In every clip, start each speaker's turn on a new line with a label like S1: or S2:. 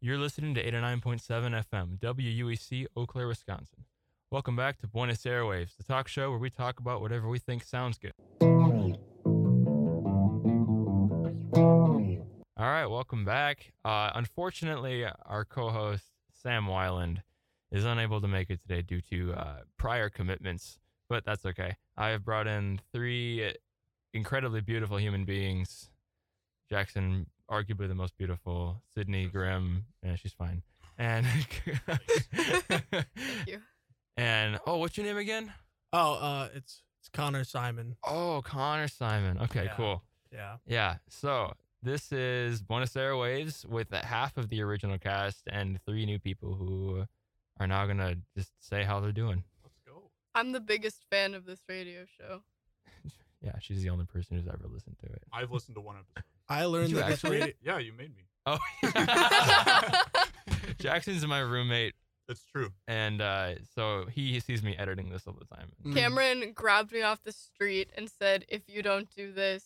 S1: You're listening to 89.7 FM, WUEC, E Eau Claire, Wisconsin. Welcome back to Buenos Airwaves, the talk show where we talk about whatever we think sounds good. All right, welcome back. Uh, unfortunately, our co host, Sam Wyland, is unable to make it today due to uh, prior commitments, but that's okay. I have brought in three incredibly beautiful human beings Jackson, arguably the most beautiful, Sydney Grimm, and she's fine. And
S2: Thank you.
S1: and oh, what's your name again?
S3: Oh, uh, it's it's Connor Simon.
S1: Oh, Connor Simon. Okay,
S3: Yeah.
S1: cool.
S3: Yeah.
S1: Yeah. So this is Buenos Airwaves with half of the original cast and three new people who are now gonna just say how they're doing.
S3: Let's go.
S2: I'm the biggest fan of this radio show.
S1: Yeah, she's the only person who's ever listened to it.
S4: I've listened to one episode.
S3: I learned
S1: you
S3: that this
S1: actually?
S3: radio-
S4: Yeah, you made me.
S3: Hmm.
S1: Oh, Jackson's my roommate,
S4: That's true.
S1: and uh, so he sees me editing this all the time.
S3: Mm.
S2: Cameron grabbed me off the street and said, "If you don't do this,"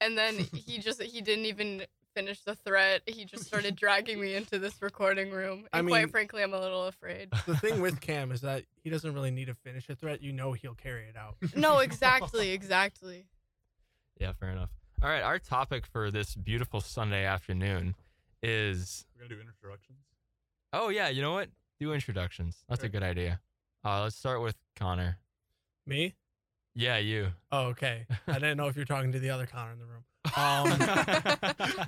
S2: and then he just he didn't even finish the threat. He just started dragging me into this recording room. And
S3: I mean-
S2: quite frankly, I'm a little afraid.
S3: the thing with Cam is that he doesn't really need to finish a threat. You know he'll carry it out.
S2: No, exactly, exactly.
S1: Yeah, fair enough. All right, our topic for this beautiful Sunday afternoon is
S4: We're gonna do introductions.
S1: oh yeah, you know what? Do introductions. That's a
S4: Sure.
S1: good idea. Uh, let's start with Connor.
S3: Me?
S1: Yeah, you.
S3: Oh, okay. I didn't know if you're talking to the other Connor in the room. Um,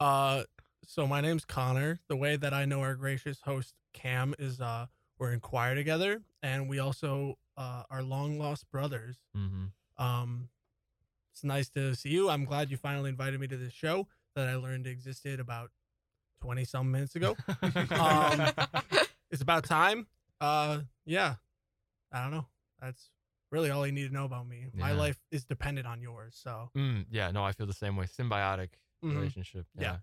S3: uh, so my name's Connor. The way that I know our gracious host Cam is uh, we're in choir together, and we also uh, are long lost brothers.
S1: hmm
S3: Um, it's nice to see you. I'm glad you finally invited me to this show that I learned existed about 20 some minutes ago. Um, it's about time. Uh, yeah. I don't know. That's really all you need to know about me. My
S1: Yeah.
S3: life is dependent on yours. So
S1: Mm, yeah, no, I feel the same way. Symbiotic
S3: Mhm.
S1: relationship. Yeah.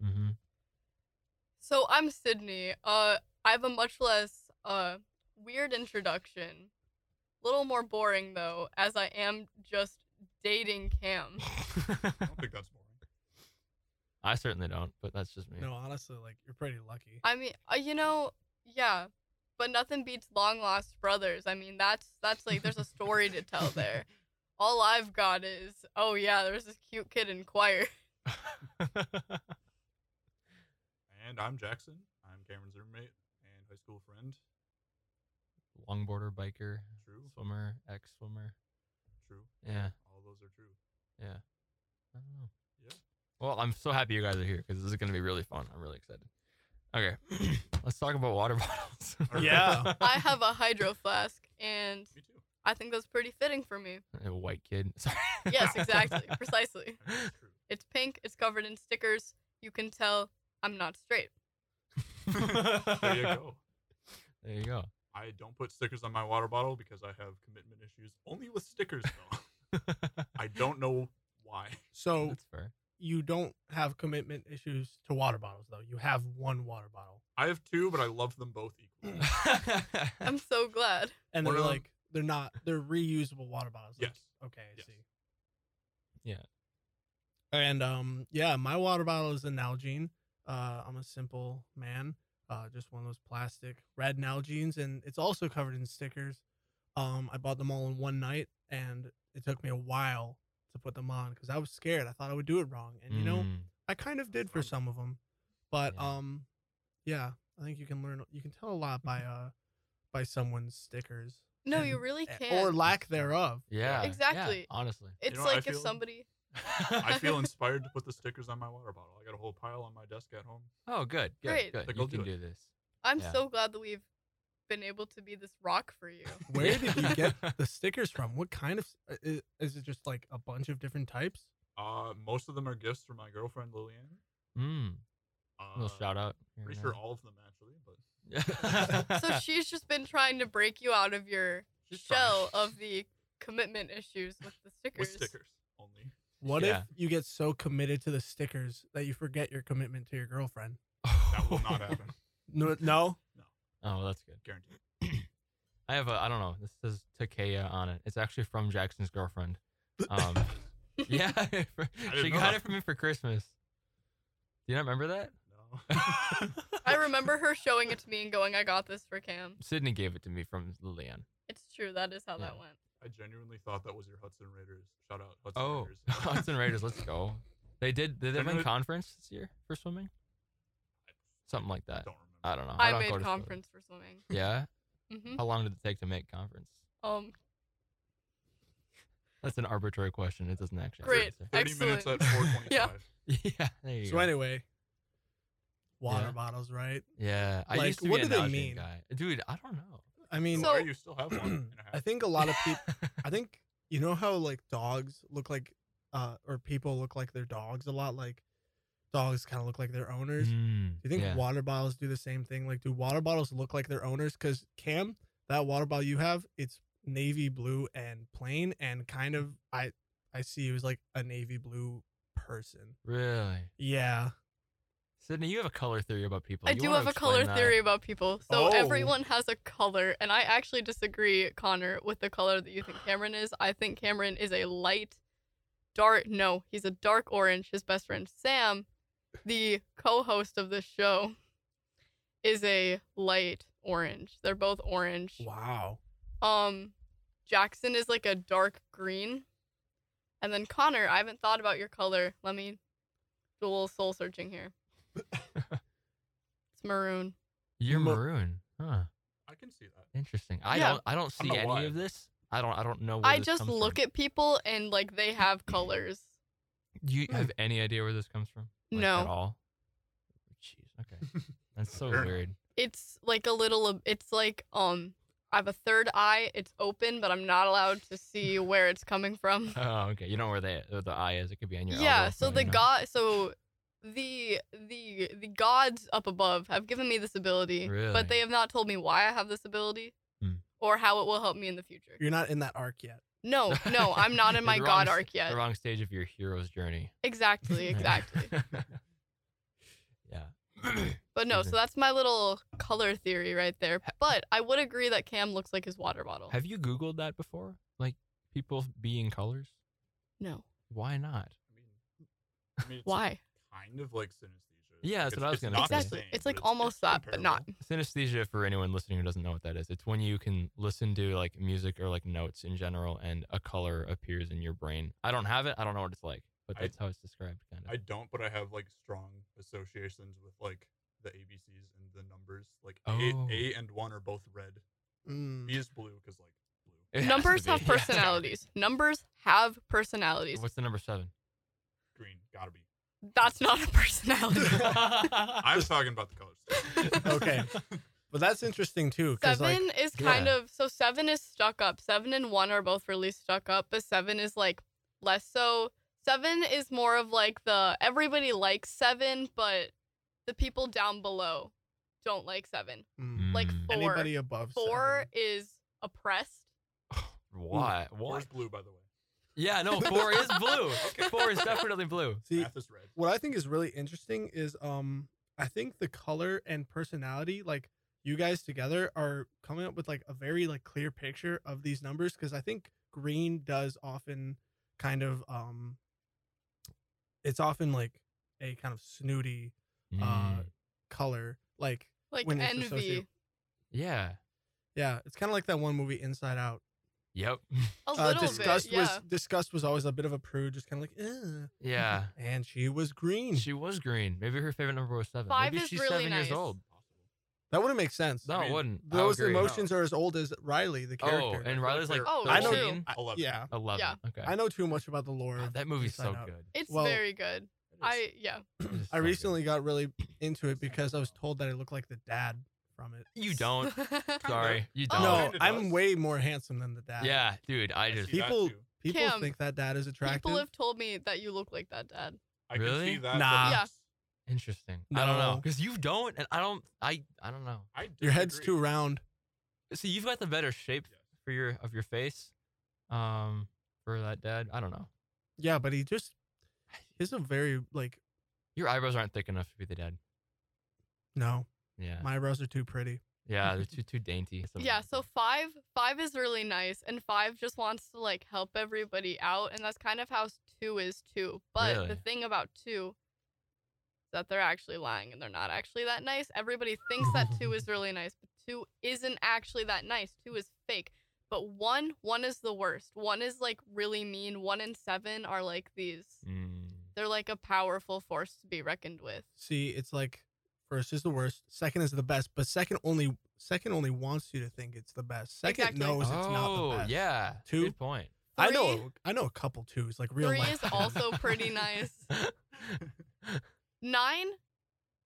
S3: Yeah.
S1: hmm
S2: So I'm Sydney. Uh, I have a much less uh weird introduction, little more boring though, as I am just dating Cam.
S4: I don't think that's boring.
S1: Mm-hmm. I certainly don't, but that's just me.
S3: no, honestly, like you're pretty lucky.
S2: I mean, uh, you know, yeah, but nothing beats long lost brothers. I mean, that's that's like there's a story to tell there. All I've got is, oh yeah, there's this cute kid in choir.
S4: And I'm Jackson. I'm Cameron's roommate and high school friend.
S1: Longboarder, biker,
S4: True.
S1: swimmer, ex swimmer.
S4: True.
S1: Yeah.
S4: All those are true.
S1: I don't know.
S4: Yeah.
S1: Well, I'm so happy you guys are here because this is going to be really fun. I'm really excited. Okay. Let's talk about water bottles.
S3: Yeah.
S2: I have a hydro flask, and
S4: Me too.
S2: I think that's pretty fitting for me.
S1: A white kid. Sorry.
S2: Yes, exactly, precisely.
S4: I mean, that's true.
S2: It's pink. It's covered in stickers. You can tell I'm not straight.
S4: There you go.
S1: There you go.
S4: I don't put stickers on my water bottle because I have commitment issues only with stickers though. I don't know why. Oh.
S3: So
S1: That's fair.
S3: you don't have commitment issues to water bottles though. You have one water bottle.
S4: I have two, but I love them both equally.
S2: I'm so glad.
S3: And
S4: One
S3: they're
S4: of them-
S3: like they're not they're reusable water bottles. like-
S4: Yes.
S3: Okay, I
S4: Yes.
S3: see.
S1: Yeah.
S3: And um yeah, my water bottle is a Nalgene. Uh I'm a simple man. Uh just one of those plastic red Nalgenes and it's also covered in stickers. Um I bought them all in one night and it took me a while to put them on cuz I was scared. I thought I would do it wrong. And you know,
S1: Mm.
S3: I kind of did for some of them. But
S1: Yeah.
S3: um yeah, I think you can learn you can tell a lot by uh by someone's stickers
S2: No,
S3: And-
S2: you really
S3: eh,
S2: can't.
S3: or lack thereof.
S1: Yeah. yeah,
S2: Exactly.
S1: honestly.
S2: it's
S4: know what I
S2: like if
S4: feel?
S2: somebody.
S4: I feel inspired to put the stickers on my water bottle. I got a whole pile on my desk at home.
S1: Oh, good. Good.
S2: Great.
S1: Good.
S4: Like,
S1: you
S4: I'll
S1: can
S4: do
S1: do
S4: it.
S1: this.
S2: I'm
S1: Yeah.
S2: so glad that we've been able to be this rock for you.
S3: Where did you get the stickers from? What kind of s- uh, i- is it? Just like a bunch of different types.
S4: Uh, most of them are gifts from my girlfriend Lillian.
S1: Mm.
S4: Uh,
S1: Little shout out. here
S4: Pretty
S1: and
S4: sure
S1: there.
S4: all of them actually, but
S2: so she's just been trying to break you out of your
S4: She's trying.
S2: shell of the commitment issues with the stickers.
S4: with stickers only.
S3: What
S1: Yeah.
S3: if you get so committed to the stickers that you forget your commitment to your girlfriend?
S4: That will not happen,
S3: No, no.
S1: Oh, well, that's good.
S4: guaranteed.
S1: I have a I don't know. This says Takea on it. It's actually from Jackson's girlfriend. Um, yeah, she
S4: know
S1: got
S4: that.
S1: it for me for Christmas. Do you not remember that?
S4: No, No.
S2: I remember her showing it to me and going, I got this for Cam.
S1: Sydney gave it to me from Lillian.
S2: It's true. That is how that
S1: Yeah.
S2: went.
S4: I genuinely thought that was your Hudson Raiders. Shout out Hudson
S1: Oh,
S4: Raiders.
S1: Hudson Raiders, let's go. They did. Did they win
S4: Generally-
S1: conference this year for swimming? Something like that.
S4: Don't remember.
S1: I don't know.
S2: I,
S1: don't go
S2: made
S1: to
S2: conference for swimming.
S1: Swimming. Yeah.
S2: hmm
S1: How long did it take to make conference?
S2: Um,
S1: That's an arbitrary question. It doesn't actually.
S2: Great.
S1: answer.
S4: 30 minutes at
S2: Excellent.
S4: 425.
S2: Yeah.
S1: yeah. There you
S3: So
S1: go.
S3: anyway, water
S1: Yeah.
S3: bottles, right?
S1: Yeah. I
S3: Like,
S1: used to
S3: what
S1: be
S3: do
S1: an
S3: they
S1: Nalgene
S3: mean?
S1: guy. Dude, I don't know.
S3: I mean,
S2: So-
S4: Why you still have one and a half?
S3: I think a lot of people. I think you know how like dogs look like, uh, or people look like their dogs a lot. Like dogs kind of look like their owners.
S1: Mm,
S3: Do you think
S1: yeah.
S3: water bottles do the same thing? Like, do water bottles look like their owners? Because Cam, that water bottle you have, it's navy blue and plain, and kind of I I see you as like a navy blue person.
S1: Really?
S3: Yeah,
S1: Sydney, you have a color theory about people.
S2: I
S1: You
S2: do
S1: wanna
S2: have a
S1: explain
S2: color
S1: that?
S2: theory about people. So
S4: Oh.
S2: everyone has a color, and I actually disagree, Connor, with the color that you think Cameron is. I think Cameron is a light, dark. No, he's a dark orange. His best friend Sam, the co-host of this show, is a light orange. They're both orange.
S3: wow.
S2: Um, Jackson is like a dark green, and then Connor. I haven't thought about your color. Let me do a little soul searching here. it's maroon.
S1: You're
S3: Mo-
S1: maroon. Huh.
S4: I can see that.
S1: Interesting. I
S2: Yeah.
S1: don't. I don't see
S4: know
S1: any
S4: why.
S1: of this. I don't. I don't know. Where
S2: I
S1: this
S2: just
S1: comes
S2: look
S1: from.
S2: at people and like they have colors.
S1: Do you
S3: Hmm.
S1: have any idea where this comes from? Like,
S2: No.
S1: At all? Jeez. Okay. That's so
S4: Fair enough.
S1: weird.
S2: It's like a little. It's like um, I have a third eye. It's open, but I'm not allowed to see where it's coming from.
S1: Oh, okay. You know where the the eye is. It could be on your.
S2: yeah.
S1: elbow,
S2: So
S1: you
S2: the
S1: know.
S2: god. So the the the gods up above have given me this ability,
S1: Really?
S2: but they have not told me why I have this ability
S1: Hmm.
S2: or how it will help me in the future.
S3: You're not in that arc yet.
S2: No, no, I'm not in
S1: The
S2: my
S1: wrong
S2: god
S1: s-
S2: arc yet.
S1: The wrong stage of your hero's journey.
S2: Exactly. Exactly.
S1: yeah.
S2: But no,
S1: Excuse
S2: so
S1: me.
S2: that's my little color theory right there. But I would agree that Cam looks like his water bottle.
S1: have you Googled that before? Like people being colors?
S2: no.
S1: Why not?
S4: I mean, I mean, it's
S2: Why?
S4: Kind of like synesthesia.
S1: Yeah, that's
S4: It's-
S1: what I was
S4: it's
S1: gonna
S4: not the
S1: say.
S2: Exactly.
S4: same,
S2: It's
S4: but
S2: like almost that, but not.
S4: comparable.
S1: Synesthesia, for anyone listening who doesn't know what that is, it's when you can listen to like music or like notes in general, and a color appears in your brain. I don't have it. I don't know what it's like, but
S4: I-
S1: that's how it's described, kind of.
S4: I don't, but I have like strong associations with like the ABCs and the numbers. Like
S1: Oh.
S4: A, A and one are both red.
S3: Mm.
S4: B is blue because like blue.
S1: It has to
S2: Numbers
S1: be.
S2: have
S1: Yeah.
S2: personalities. Numbers have personalities.
S1: What's the number seven?
S4: Green gotta be.
S2: That's not a personality.
S4: I was talking about the colors.
S3: Okay. But that's interesting too, because like
S2: seven is kind
S1: Yeah.
S2: of so seven is stuck up. Seven and one are both really stuck up, but seven is like less so. Seven is more of like the everybody likes seven, but the people down below don't like seven.
S3: mm,
S2: Like
S1: Mm.
S2: four.
S3: anybody above
S2: Four
S3: seven.
S2: is oppressed.
S1: Why?
S4: Four
S1: Why?
S4: is blue, by the way.
S1: Yeah, no, four is blue. Four is definitely blue.
S3: See,
S4: Math is red.
S3: what I think is really interesting is um I think the color and personality like you guys together are coming up with like a very like clear picture of these numbers because I think green does often kind of um it's often like a kind of snooty uh
S1: Mm.
S3: color like
S2: Like
S3: When it's
S2: envy.
S3: associated-
S1: yeah.
S3: yeah it's kind of like that one movie Inside Out
S1: Yep.
S2: A
S3: uh,
S2: little
S3: disgust
S2: bit. Yeah.
S3: was disgust was always a bit of a prude just kind of like Ugh.
S1: Yeah.
S3: and she was green
S1: She was green. Maybe her favorite number was seven.
S2: Five
S1: Maybe
S2: is
S1: she's
S2: really
S1: seven
S2: nice.
S1: years old.
S3: that wouldn't make sense
S1: No,
S4: I
S1: it
S4: mean,
S1: wouldn't. I
S3: those
S1: agree.
S3: emotions are as old as Riley the
S1: Oh,
S3: character
S1: and Riley's like
S2: Oh,
S3: I know-
S1: 13?
S3: I-
S4: Eleven.
S3: yeah
S1: 11.
S2: Yeah.
S1: Okay.
S3: I know too much about the lore.
S1: God,
S3: of
S1: Uh, that movie's so
S3: Inside Out.
S1: good.
S2: It's
S3: well-
S2: very good.
S4: It is.
S2: I yeah.
S1: It is
S3: I
S1: so good.
S3: recently got really into it because I was told that I looked like the dad from it.
S1: You don't. Sorry. You don't.
S2: Oh.
S3: No,
S4: Kinda
S3: I'm
S4: does.
S3: way more handsome than the dad.
S1: Yeah, dude. I
S4: I
S1: just.
S4: see that
S3: people-
S4: too.
S3: People
S2: Cam,
S3: think that dad is attractive.
S2: People have told me that you look like that, Dad.
S4: I can
S1: Really?
S4: see that.
S3: Nah.
S4: but
S2: Yeah.
S4: it's-
S1: Interesting. I don't know.
S3: No.
S1: Because you don't, and I don't. I I don't know.
S4: I
S3: Your head's
S4: disagree.
S3: too round.
S1: See, you've got the better shape
S4: Yes.
S1: for your of your face, um, for that dad. I don't know.
S3: Yeah, but he just he's a very like
S1: Your eyebrows aren't thick enough to be the dad.
S3: no,
S1: Yeah.
S3: my eyebrows are too pretty.
S1: yeah, they're too too dainty.
S2: Yeah, so five five is really nice, and five just wants to like help everybody out, and that's kind of how two is too. But
S1: Really?
S2: the thing about two, that they're actually lying and they're not actually that nice. Everybody thinks that two is really nice, but two isn't actually that nice. Two is fake. But one, one is the worst. One is like really mean. One and seven are like these.
S1: Mm.
S2: They're like a powerful force to be reckoned with.
S3: See, it's like first is the worst, second is the best, but second only second only wants you to think it's the best. Second
S2: Exactly.
S3: knows it's not
S1: Oh,
S3: the best.
S1: yeah.
S3: Two.
S1: Good point.
S3: I
S2: Three-
S3: know I know a couple twos, like real
S2: Three
S3: life.
S2: is also pretty nice. Nine,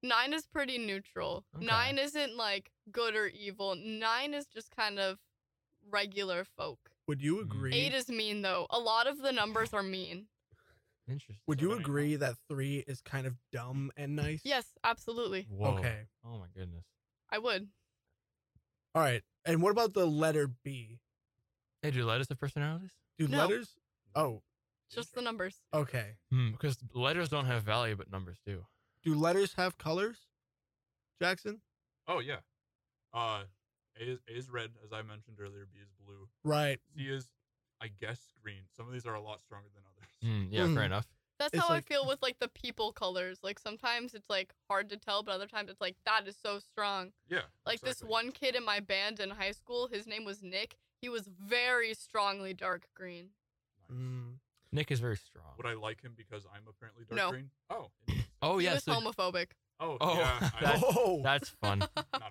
S2: nine is pretty neutral.
S1: Okay.
S2: Nine isn't like good or evil. Nine is just kind of regular folk.
S3: Would you
S1: Mm.
S3: agree?
S2: Eight is mean though. A lot of the numbers are mean.
S1: Interesting.
S3: Would
S4: So
S3: you
S4: that I know.
S3: agree that three is kind of dumb and nice?
S2: Yes, absolutely.
S1: Whoa.
S3: Okay.
S1: Oh my goodness.
S2: I would.
S3: All right. And what about the letter B?
S1: Hey, do letters have personalities?
S3: Do
S2: No.
S3: letters? Oh,
S2: Just the numbers.
S3: okay.
S1: Hmm, because letters don't have value, but numbers do.
S3: Do letters have colors? Jackson?
S4: Oh yeah. Uh, A is, A is red, as I mentioned earlier. B is blue.
S3: Right.
S4: C
S1: Mm.
S4: is, I guess, green. Some of these are a lot stronger than others.
S1: Hmm, yeah,
S3: Mhm.
S1: fair enough.
S2: That's
S3: It's
S2: how
S3: like-
S2: I feel with like the people colors. Like sometimes it's like hard to tell, but other times it's like that is so strong.
S4: Yeah.
S2: Like
S4: exactly.
S2: this one kid in my band in high school, his name was Nick. He was very strongly dark green.
S4: Nice.
S3: Mm.
S1: Nick is very strong.
S4: Would I like him because I'm apparently dark
S2: No.
S4: green? Oh. interesting.
S1: oh
S2: he
S1: yeah,
S2: was
S1: so
S2: homophobic.
S4: Oh.
S1: Oh,
S4: yeah. I,
S1: that-
S3: oh,
S1: that's fun.
S4: not a fan.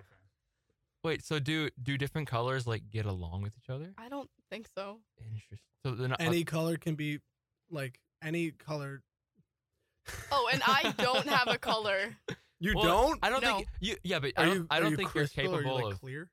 S1: Wait, so do do different colors like get along with each other?
S2: I don't think so.
S1: Interesting. So they're not,
S3: any color can be like any color.
S2: Oh, and I don't have a color.
S3: You
S1: Well,
S3: don't?
S1: I don't think you. Yeah, but I
S3: Are
S1: don't.
S3: you,
S1: I
S3: are
S1: don't
S3: you
S1: think
S3: crystal
S1: you're
S3: or
S1: capable
S3: you, like,
S1: of.
S3: clear?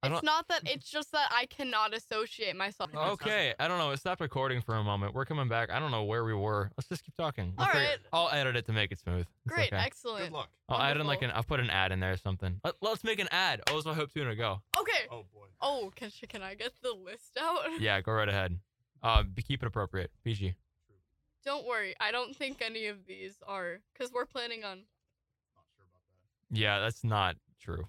S1: I
S2: It's
S1: don't-
S2: not that. It's just that I cannot associate myself.
S4: Oh,
S1: Okay, I don't know. It stopped recording for a moment. We're coming back. I don't know where we were. Let's just keep talking. We'll
S2: All
S1: figure-
S2: right.
S1: I'll edit it to make it smooth. It's
S2: Great,
S1: Okay.
S4: Good
S2: excellent.
S4: luck.
S1: I'll add in like an.
S2: wonderful.
S1: I'll put an ad in there or something. Let, let's make an ad. Oh, it's my hope tuna. Go.
S2: Okay.
S4: Oh boy.
S2: Oh, can she, can I get the list out?
S1: Yeah, go right ahead. Uh, be, keep it appropriate. PG.
S2: Don't worry. I don't think any of these are because we're planning on.
S4: Not sure about that.
S1: Yeah, that's not true.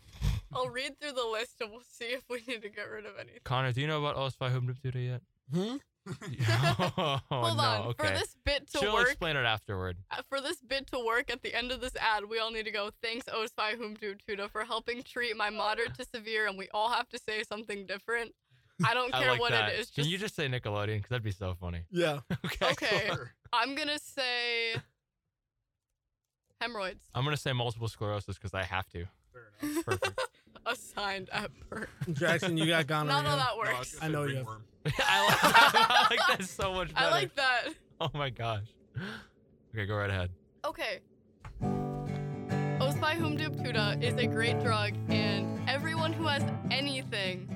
S2: I'll read through the list and we'll see if we need to get rid of anything.
S1: Connor, do you know about Os by Hope Tuna yet?
S3: Hmm?
S1: oh,
S2: Hold
S1: no,
S2: on.
S1: Okay.
S2: For this bit to
S1: She'll
S2: work,
S1: explain it afterward.
S2: uh, for this bit to work, at the end of this ad, we all need to go. Thanks, Osvi Humdu Tuda, for helping treat my moderate to severe, and we all have to say something different. I don't
S1: I
S2: care
S1: like
S2: what
S1: that.
S2: it is.
S1: Can
S2: Just
S1: you just say Nickelodeon? Because that'd be so funny.
S3: Yeah.
S1: Okay.
S2: Okay.
S4: Sure.
S2: I'm gonna say hemorrhoids.
S1: I'm gonna say multiple sclerosis because I have to.
S4: Fair enough.
S1: Perfect.
S2: Assigned at birth.
S3: Jackson, you
S2: Not
S3: got gonorrhea.
S2: how
S4: No,
S2: that
S4: I
S2: works.
S4: was
S3: I
S4: gonna say
S3: know you have-
S4: ringworm.
S1: I, like that. I like that so much better.
S2: I like that.
S1: Oh my gosh. Okay, go right ahead.
S2: Okay. Ospy Humdubtuda is a great drug, and everyone who has anything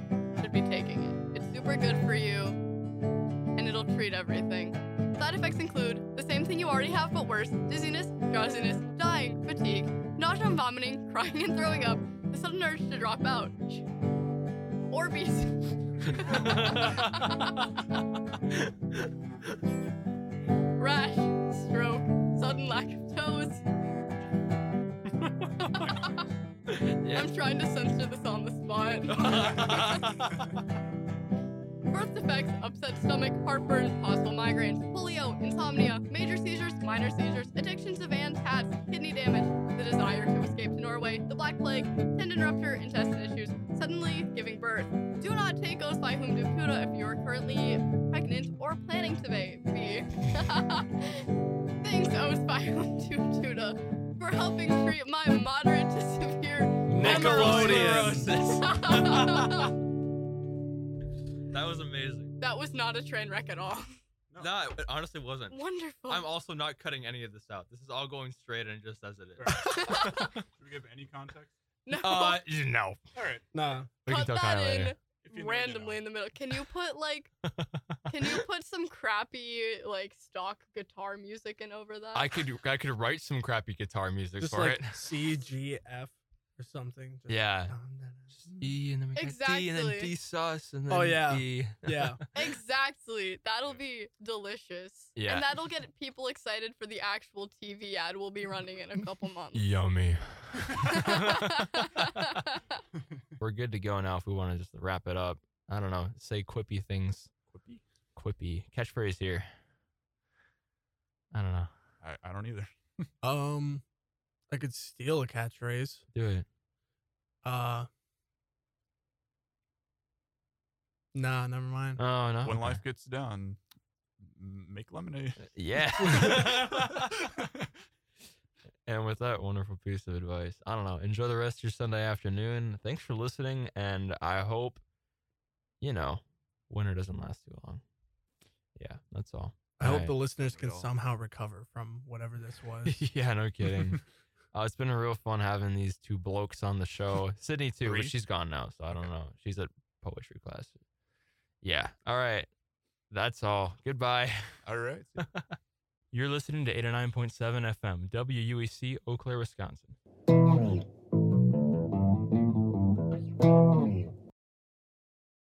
S2: should be taking it. It's super good for you, and it'll treat everything. Side effects include the same thing you already have but worse dizziness, drowsiness, dying, fatigue, nausea and vomiting, crying and throwing up, the sudden urge to drop out, Orbeez. rash, stroke, sudden lack of toes.
S1: Yeah.
S2: I'm trying to censor this on the spot. Birth defects, upset stomach, heartburn, possible migraines, polio, insomnia, major seizures, minor seizures, addictions to vans, hats, kidney damage, the desire to escape to Norway, the Black Plague, tendon rupture, intestine issues, suddenly giving birth. Do not take oaths by whom duputa if you are currently pregnant or planning to ba- be. Thanks, oaths by whom duputa, for helping treat my moderate to severe.
S1: Nickelodeon.
S2: that
S1: That was amazing.
S2: was not a train wreck at all.
S1: No, it honestly wasn't.
S2: Wonderful.
S1: I'm also not cutting any of this out. This is all going straight and just as it
S4: Fair
S1: is.
S4: enough. Should we give any context?
S2: no.
S1: Uh, no.
S4: All right.
S3: Nah.
S1: We can
S2: Cut
S1: tell
S2: that
S1: Connor later.
S4: If you
S2: in
S4: know, you
S2: randomly
S4: know.
S2: in the middle. Can you put like can you put some crappy like stock guitar music in over that?
S1: I could I could write some crappy guitar music
S3: Just
S1: for
S3: like
S1: it.
S3: CGF or something. Just
S1: Yeah.
S3: dun, dun, dun.
S1: E and then we got D and then
S2: Exactly.
S1: D sus and then
S3: Oh, yeah.
S1: E.
S3: Yeah.
S2: Exactly. That'll be delicious.
S1: Yeah.
S2: And that'll get people excited for the actual TV ad we'll be running in a couple months.
S1: Yummy. We're good to go now if we want to just wrap it up. I don't know. Say quippy things.
S4: Quippy?
S1: Quippy. Catchphrase here. I don't know.
S4: I, I don't either.
S3: Um, I could steal a catchphrase.
S1: Do it.
S3: Uh, nah, never mind.
S1: Oh no.
S4: When
S1: Okay.
S4: life gets down, m- make lemonade.
S1: Yeah. and with that wonderful piece of advice, I don't know. Enjoy the rest of your Sunday afternoon. Thanks for listening, and I hope, you know, winter doesn't last too long. Yeah, that's all.
S3: I hope
S1: Right.
S3: the listeners can
S4: Real.
S3: somehow recover from whatever this was.
S1: yeah, no kidding. uh, it's been a real fun having these two blokes on the show. Sydney too,
S4: Three?
S1: but she's gone now, so I don't know. She's at poetry class. Yeah. All right. That's all. Goodbye.
S4: All right.
S1: You're listening to 89.7 FM, WUEC, E Eau Claire, Wisconsin.